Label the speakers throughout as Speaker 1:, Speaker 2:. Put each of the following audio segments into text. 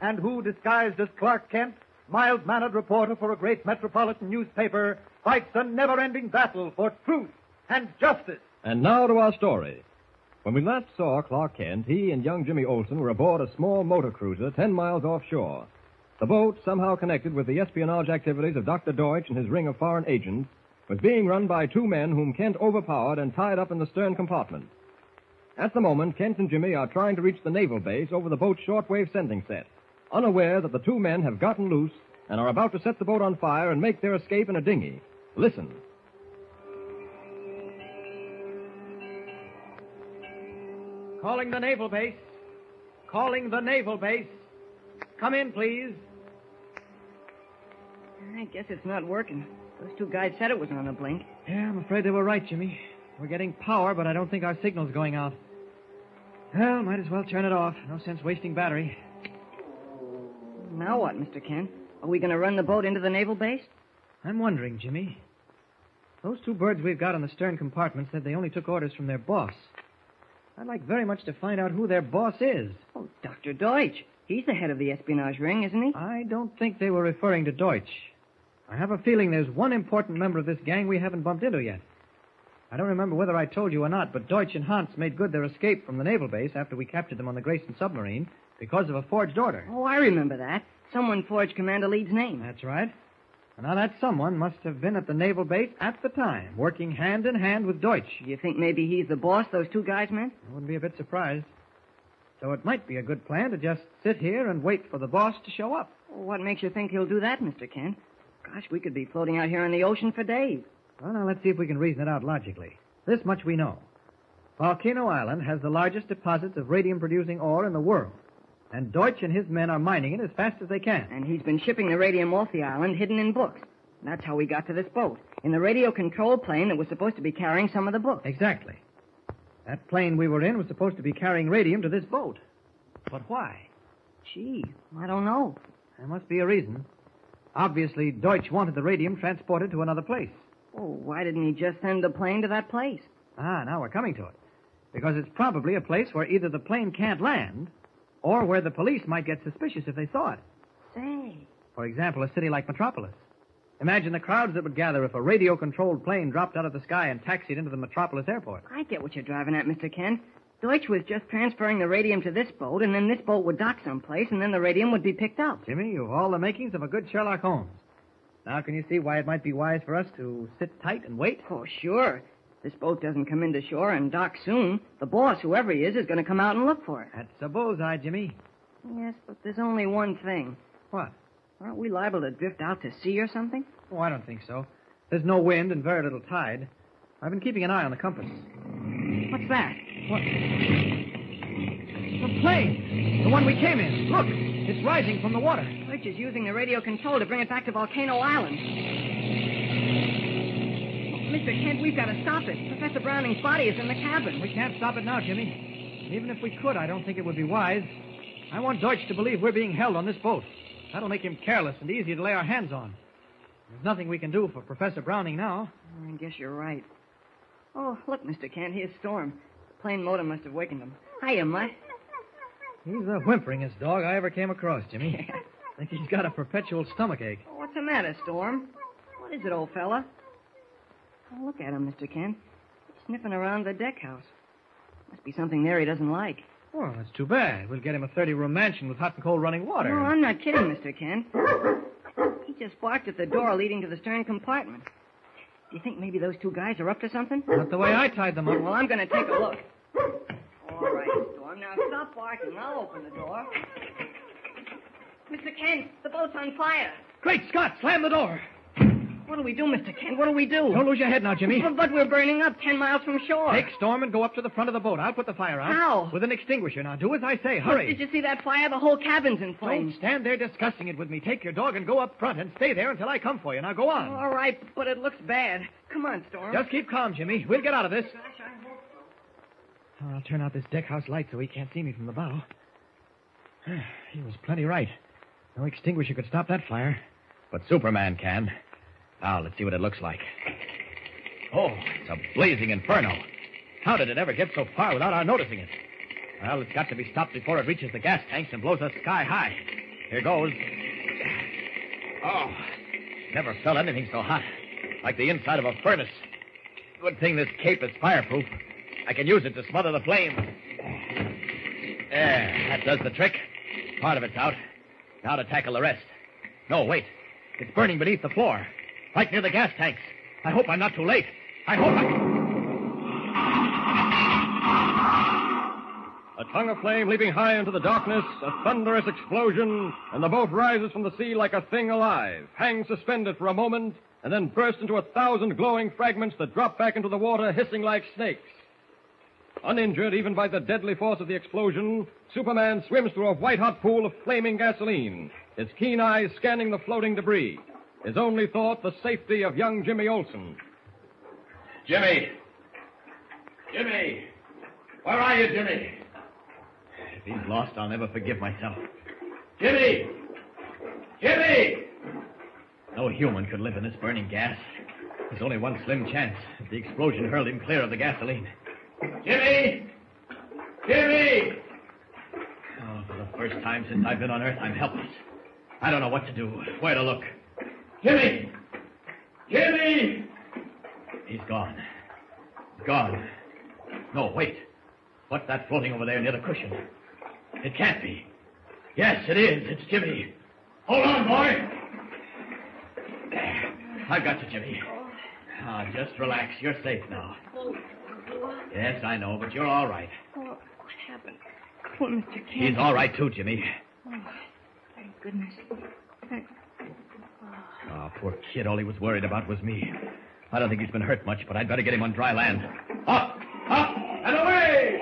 Speaker 1: and who, disguised as Clark Kent, mild-mannered reporter for a great metropolitan newspaper, fights a never-ending battle for truth and justice.
Speaker 2: And now to our story. When we last saw Clark Kent, he and young Jimmy Olsen were aboard a small motor cruiser 10 miles offshore. The boat, somehow connected with the espionage activities of Dr. Deutsch and his ring of foreign agents, was being run by two men whom Kent overpowered and tied up in the stern compartment. At the moment, Kent and Jimmy are trying to reach the naval base over the boat's shortwave sending set, unaware that the two men have gotten loose and are about to set the boat on fire and make their escape in a dinghy. Listen.
Speaker 1: Calling the naval base. Calling the naval base. Come in, please.
Speaker 3: I guess it's not working. Those two guys said it was on the blink.
Speaker 4: Yeah, I'm afraid they were right, Jimmy. We're getting power, but I don't think our signal's going out. Well, might as well turn it off. No sense wasting battery.
Speaker 3: Now what, Mr. Kent? Are we going to run the boat into the naval base?
Speaker 4: I'm wondering, Jimmy. Those two birds we've got in the stern compartment said they only took orders from their boss. I'd like very much to find out who their boss is.
Speaker 3: Oh, Dr. Deutsch. He's the head of the espionage ring, isn't he?
Speaker 4: I don't think they were referring to Deutsch. I have a feeling there's one important member of this gang we haven't bumped into yet. I don't remember whether I told you or not, but Deutsch and Hans made good their escape from the naval base after we captured them on the Grayson submarine because of a forged order.
Speaker 3: Oh, I remember that. Someone forged Commander Lee's name.
Speaker 4: That's right. And Now that someone must have been at the naval base at the time, working hand in hand with Deutsch.
Speaker 3: Do you think maybe he's the boss those two guys meant?
Speaker 4: I wouldn't be a bit surprised. So it might be a good plan to just sit here and wait for the boss to show up.
Speaker 3: What makes you think he'll do that, Mr. Kent? Gosh, we could be floating out here in the ocean for days.
Speaker 4: Well, now let's see if we can reason it out logically. This much we know. Volcano Island has the largest deposits of radium-producing ore in the world. And Deutsch and his men are mining it as fast as they can.
Speaker 3: And he's been shipping the radium off the island, hidden in books. That's how we got to this boat, in the radio control plane that was supposed to be carrying some of the books.
Speaker 4: Exactly. That plane we were in was supposed to be carrying radium to this boat. But why?
Speaker 3: Gee, I don't know.
Speaker 4: There must be a reason. Obviously, Deutsch wanted the radium transported to another place.
Speaker 3: Oh, why didn't he just send the plane to that place?
Speaker 4: Ah, now we're coming to it. Because it's probably a place where either the plane can't land or where the police might get suspicious if they saw it.
Speaker 3: Say,
Speaker 4: For example, a city like Metropolis. Imagine the crowds that would gather if a radio controlled plane dropped out of the sky and taxied into the Metropolis airport.
Speaker 3: I get what you're driving at, Mr. Kent. Deutsch was just transferring the radium to this boat, and then this boat would dock someplace, and then the radium would be picked up.
Speaker 4: Jimmy, you've all the makings of a good Sherlock Holmes. Now, can you see why it might be wise for us to sit tight and wait?
Speaker 3: Oh, sure. This boat doesn't come into shore and dock soon. The boss, whoever he is, is going to come out and look for it.
Speaker 4: That's a bullseye, Jimmy.
Speaker 3: Yes, but there's only one thing.
Speaker 4: What?
Speaker 3: Aren't we liable to drift out to sea or something?
Speaker 4: Oh, I don't think so. There's no wind and very little tide. I've been keeping an eye on the compass.
Speaker 3: What's that?
Speaker 4: What? The plane! The one we came in. Look! It's rising from the water.
Speaker 3: Deutsch is using the radio control to bring it back to Volcano Island. Oh, Mr. Kent, we've got to stop it. Professor Browning's body is in the cabin.
Speaker 4: We can't stop it now, Jimmy. Even if we could, I don't think it would be wise. I want Deutsch to believe we're being held on this boat. That'll make him careless and easy to lay our hands on. There's nothing we can do for Professor Browning now.
Speaker 3: I guess you're right. Oh, look, Mr. Kent, here's Storm. The plane motor must have wakened him. Hiya, Mutt.
Speaker 4: He's the whimperingest dog I ever came across, Jimmy. I think he's got a perpetual stomach ache.
Speaker 3: Oh, what's the matter, Storm? What is it, old fella? Oh, look at him, Mr. Kent. He's sniffing around the deck house. Must be something there he doesn't like.
Speaker 4: Well, that's too bad. We'll get him a 30 room mansion with hot and cold running water.
Speaker 3: No, I'm not kidding, Mr. Kent. He just barked at the door leading to the stern compartment. Do you think maybe those two guys are up to something?
Speaker 4: Not the way I tied them up.
Speaker 3: Well, I'm going to take a look. All right, Storm. Now stop barking. I'll open the door. Mr. Kent, the boat's on fire.
Speaker 4: Great Scott, slam the door.
Speaker 3: What do we do, Mr. Kent? What do we do?
Speaker 4: Don't lose your head now, Jimmy.
Speaker 3: But, but we're burning up ten miles from shore.
Speaker 4: Take Storm and go up to the front of the boat. I'll put the fire out.
Speaker 3: How?
Speaker 4: With an extinguisher. Now, do as I say. Hurry.
Speaker 3: Did you see that fire? The whole cabin's in
Speaker 4: Don't
Speaker 3: flames.
Speaker 4: stand there discussing it with me. Take your dog and go up front and stay there until I come for you. Now, go on.
Speaker 3: All right, but it looks bad. Come on, Storm.
Speaker 4: Just keep calm, Jimmy. We'll get out of this.
Speaker 3: Gosh, I hope so.
Speaker 4: I'll turn out this deckhouse light so he can't see me from the bow. he was plenty right. No extinguisher could stop that fire.
Speaker 5: But Superman can. Now, let's see what it looks like. Oh, it's a blazing inferno. How did it ever get so far without our noticing it? Well, it's got to be stopped before it reaches the gas tanks and blows us sky high. Here goes. Oh, never felt anything so hot. Like the inside of a furnace. Good thing this cape is fireproof. I can use it to smother the flames. There, that does the trick. Part of it's out. Now to tackle the rest. No, wait. It's burning beneath the floor, right near the gas tanks. I hope I'm not too late. I hope I.
Speaker 2: A tongue of flame leaping high into the darkness, a thunderous explosion, and the boat rises from the sea like a thing alive, hangs suspended for a moment, and then bursts into a thousand glowing fragments that drop back into the water, hissing like snakes. Uninjured even by the deadly force of the explosion, Superman swims through a white-hot pool of flaming gasoline, his keen eyes scanning the floating debris. His only thought, the safety of young Jimmy Olsen.
Speaker 5: Jimmy! Jimmy! Where are you, Jimmy? If he's lost, I'll never forgive myself. Jimmy! Jimmy! No human could live in this burning gas. There's only one slim chance. The explosion hurled him clear of the gasoline. Jimmy! Jimmy! Oh, for the first time since I've been on Earth, I'm helpless. I don't know what to do, where to look. Jimmy! Jimmy! He's gone. Gone. No, wait. What's that floating over there near the cushion? It can't be. Yes, it is. It's Jimmy. Hold on, boy. There. I've got you, Jimmy. Ah, just relax. You're safe now. Yes, I know, but you're all right.
Speaker 3: Oh, what happened? Poor Mr. Kent.
Speaker 5: He's all right, too, Jimmy.
Speaker 3: Thank goodness. Thank...
Speaker 5: Ah, poor kid. All he was worried about was me. I don't think he's been hurt much, but I'd better get him on dry land. Up, up, and away!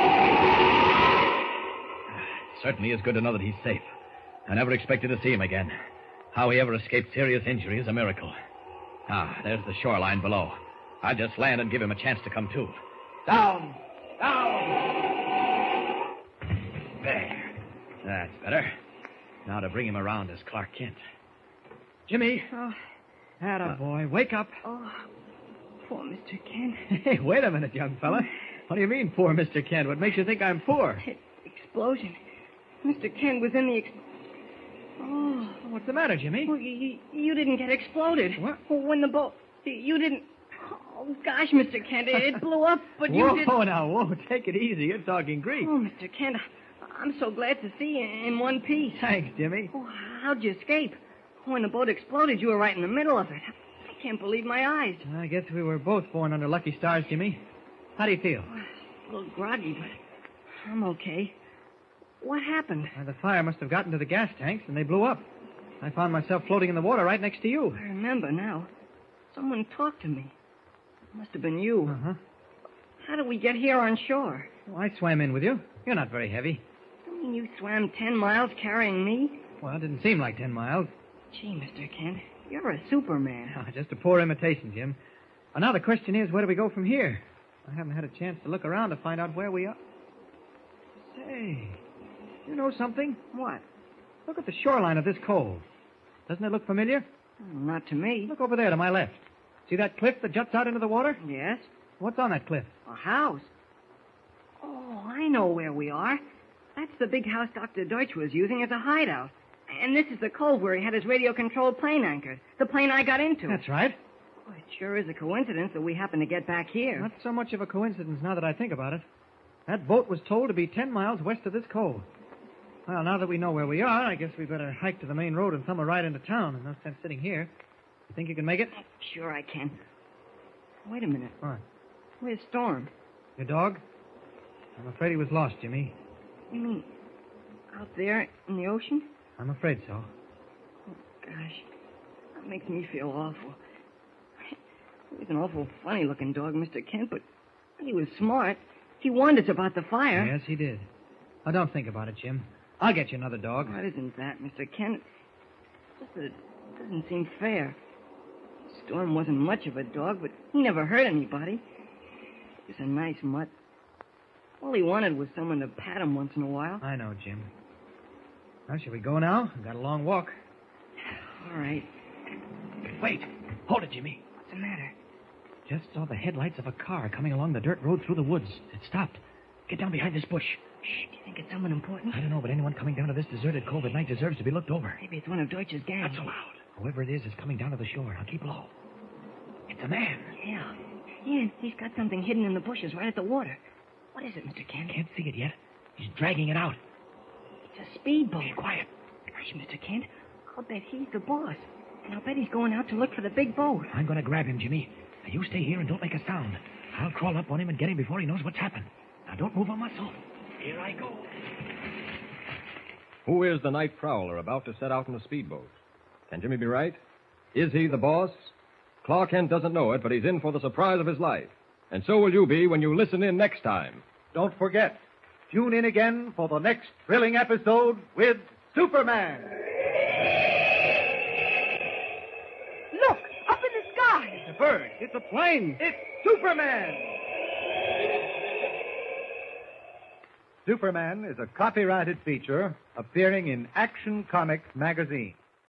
Speaker 5: Ah, Certainly is good to know that he's safe. I never expected to see him again. How he ever escaped serious injury is a miracle. Ah, there's the shoreline below. I'll just land and give him a chance to come to. Down! Down! There. That's better. Now to bring him around as Clark Kent. Jimmy,
Speaker 3: Oh,
Speaker 4: Atta boy, wake up.
Speaker 3: oh, poor Mr. Kent.
Speaker 4: Hey, wait a minute, young fella. What do you mean, poor Mr. Kent? What makes you think I'm poor?
Speaker 3: That explosion. Mr. Kent was in the. Ex- oh,
Speaker 4: What's the matter, Jimmy?
Speaker 3: well, you, you didn't get exploded.
Speaker 4: What?
Speaker 3: Well, when the boat. You didn't. Oh, gosh, Mr. Kent, it, it blew up, but you
Speaker 4: whoa,
Speaker 3: didn't.
Speaker 4: now, whoa, take it easy. You're talking Greek.
Speaker 3: Oh, Mr. Kent, I- I'm so glad to see you in one piece.
Speaker 4: Thanks, Jimmy.
Speaker 3: Oh, how'd you escape? When the boat exploded, you were right in the middle of it. I can't believe my eyes.
Speaker 4: I guess we were both born under lucky stars, Jimmy. How do you feel?
Speaker 3: A little groggy, but I'm okay. What happened?
Speaker 4: Uh, the fire must have gotten to the gas tanks and they blew up. I found myself floating in the water right next to you.
Speaker 3: I remember now. Someone talked to me. It must have been you.
Speaker 4: Uh-huh.
Speaker 3: How did we get here on shore?
Speaker 4: Well, I swam in with you. You're not very heavy.
Speaker 3: You mean you swam ten miles carrying me?
Speaker 4: Well, it didn't seem like ten miles.
Speaker 3: Gee, Mr. Kent, you're a superman.
Speaker 4: Ah, Just a poor imitation, Jim. Well, now the question is, where do we go from here? I haven't had a chance to look around to find out where we are. Say, you know something?
Speaker 3: What?
Speaker 4: Look at the shoreline of this cove. Doesn't it look familiar?
Speaker 3: Hmm, Not to me.
Speaker 4: Look over there to my left. See that cliff that juts out into the water?
Speaker 3: Yes?
Speaker 4: What's on that cliff?
Speaker 3: A house. Oh, I know where we are. That's the big house Dr. Deutsch was using as a hideout. And this is the cove where he had his radio controlled plane anchored. The plane I got into.
Speaker 4: That's right.
Speaker 3: Oh, it sure is a coincidence that we happen to get back here.
Speaker 4: Not so much of a coincidence now that I think about it. That boat was told to be 10 miles west of this cove. Well, now that we know where we are, I guess we better hike to the main road and thumb a ride into town. There's no sense sitting here. You think you can make it?
Speaker 3: Sure I can. Wait a minute.
Speaker 4: What?
Speaker 3: Where's Storm?
Speaker 4: Your dog? I'm afraid he was lost, Jimmy.
Speaker 3: You mean out there in the ocean?
Speaker 4: I'm afraid so.
Speaker 3: Gosh, that makes me feel awful. He was an awful funny looking dog, Mr. Kent, but he was smart. He warned us about the fire.
Speaker 4: Yes, he did. Now, don't think about it, Jim. I'll get you another dog.
Speaker 3: What isn't that, Mr. Kent? Just that it doesn't seem fair. Storm wasn't much of a dog, but he never hurt anybody. He was a nice mutt. All he wanted was someone to pat him once in a while.
Speaker 4: I know, Jim. Now, shall we go now? We've got a long walk.
Speaker 3: All right.
Speaker 4: Wait. Hold it, Jimmy.
Speaker 3: What's the matter?
Speaker 4: Just saw the headlights of a car coming along the dirt road through the woods. It stopped. Get down behind this bush.
Speaker 3: Shh, do you think it's someone important?
Speaker 4: I don't know, but anyone coming down to this deserted cove at night deserves to be looked over.
Speaker 3: Maybe it's one of Deutsch's gang.
Speaker 4: Not so loud. Whoever it is is coming down to the shore. Now keep low. It's a man.
Speaker 3: Yeah. Yeah, he's got something hidden in the bushes right at the water. What is it, Mr. Kent?
Speaker 4: Can't see it yet. He's dragging it out.
Speaker 3: It's a speedboat.
Speaker 4: Be quiet.
Speaker 3: Gosh, Mr. Kent, I'll bet he's the boss. And I'll bet he's going out to look for the big boat.
Speaker 4: I'm going to grab him, Jimmy. Now you stay here and don't make a sound. I'll crawl up on him and get him before he knows what's happened. Now don't move a muscle. Here I go.
Speaker 2: Who is the night prowler about to set out in a speedboat? Can Jimmy be right? Is he the boss? Clark Kent doesn't know it, but he's in for the surprise of his life. And so will you be when you listen in next time.
Speaker 1: Don't forget, tune in again for the next thrilling episode with Superman.
Speaker 6: Look, up in the sky.
Speaker 1: It's a bird. It's a plane. It's Superman. Superman is a copyrighted feature appearing in Action Comics magazine.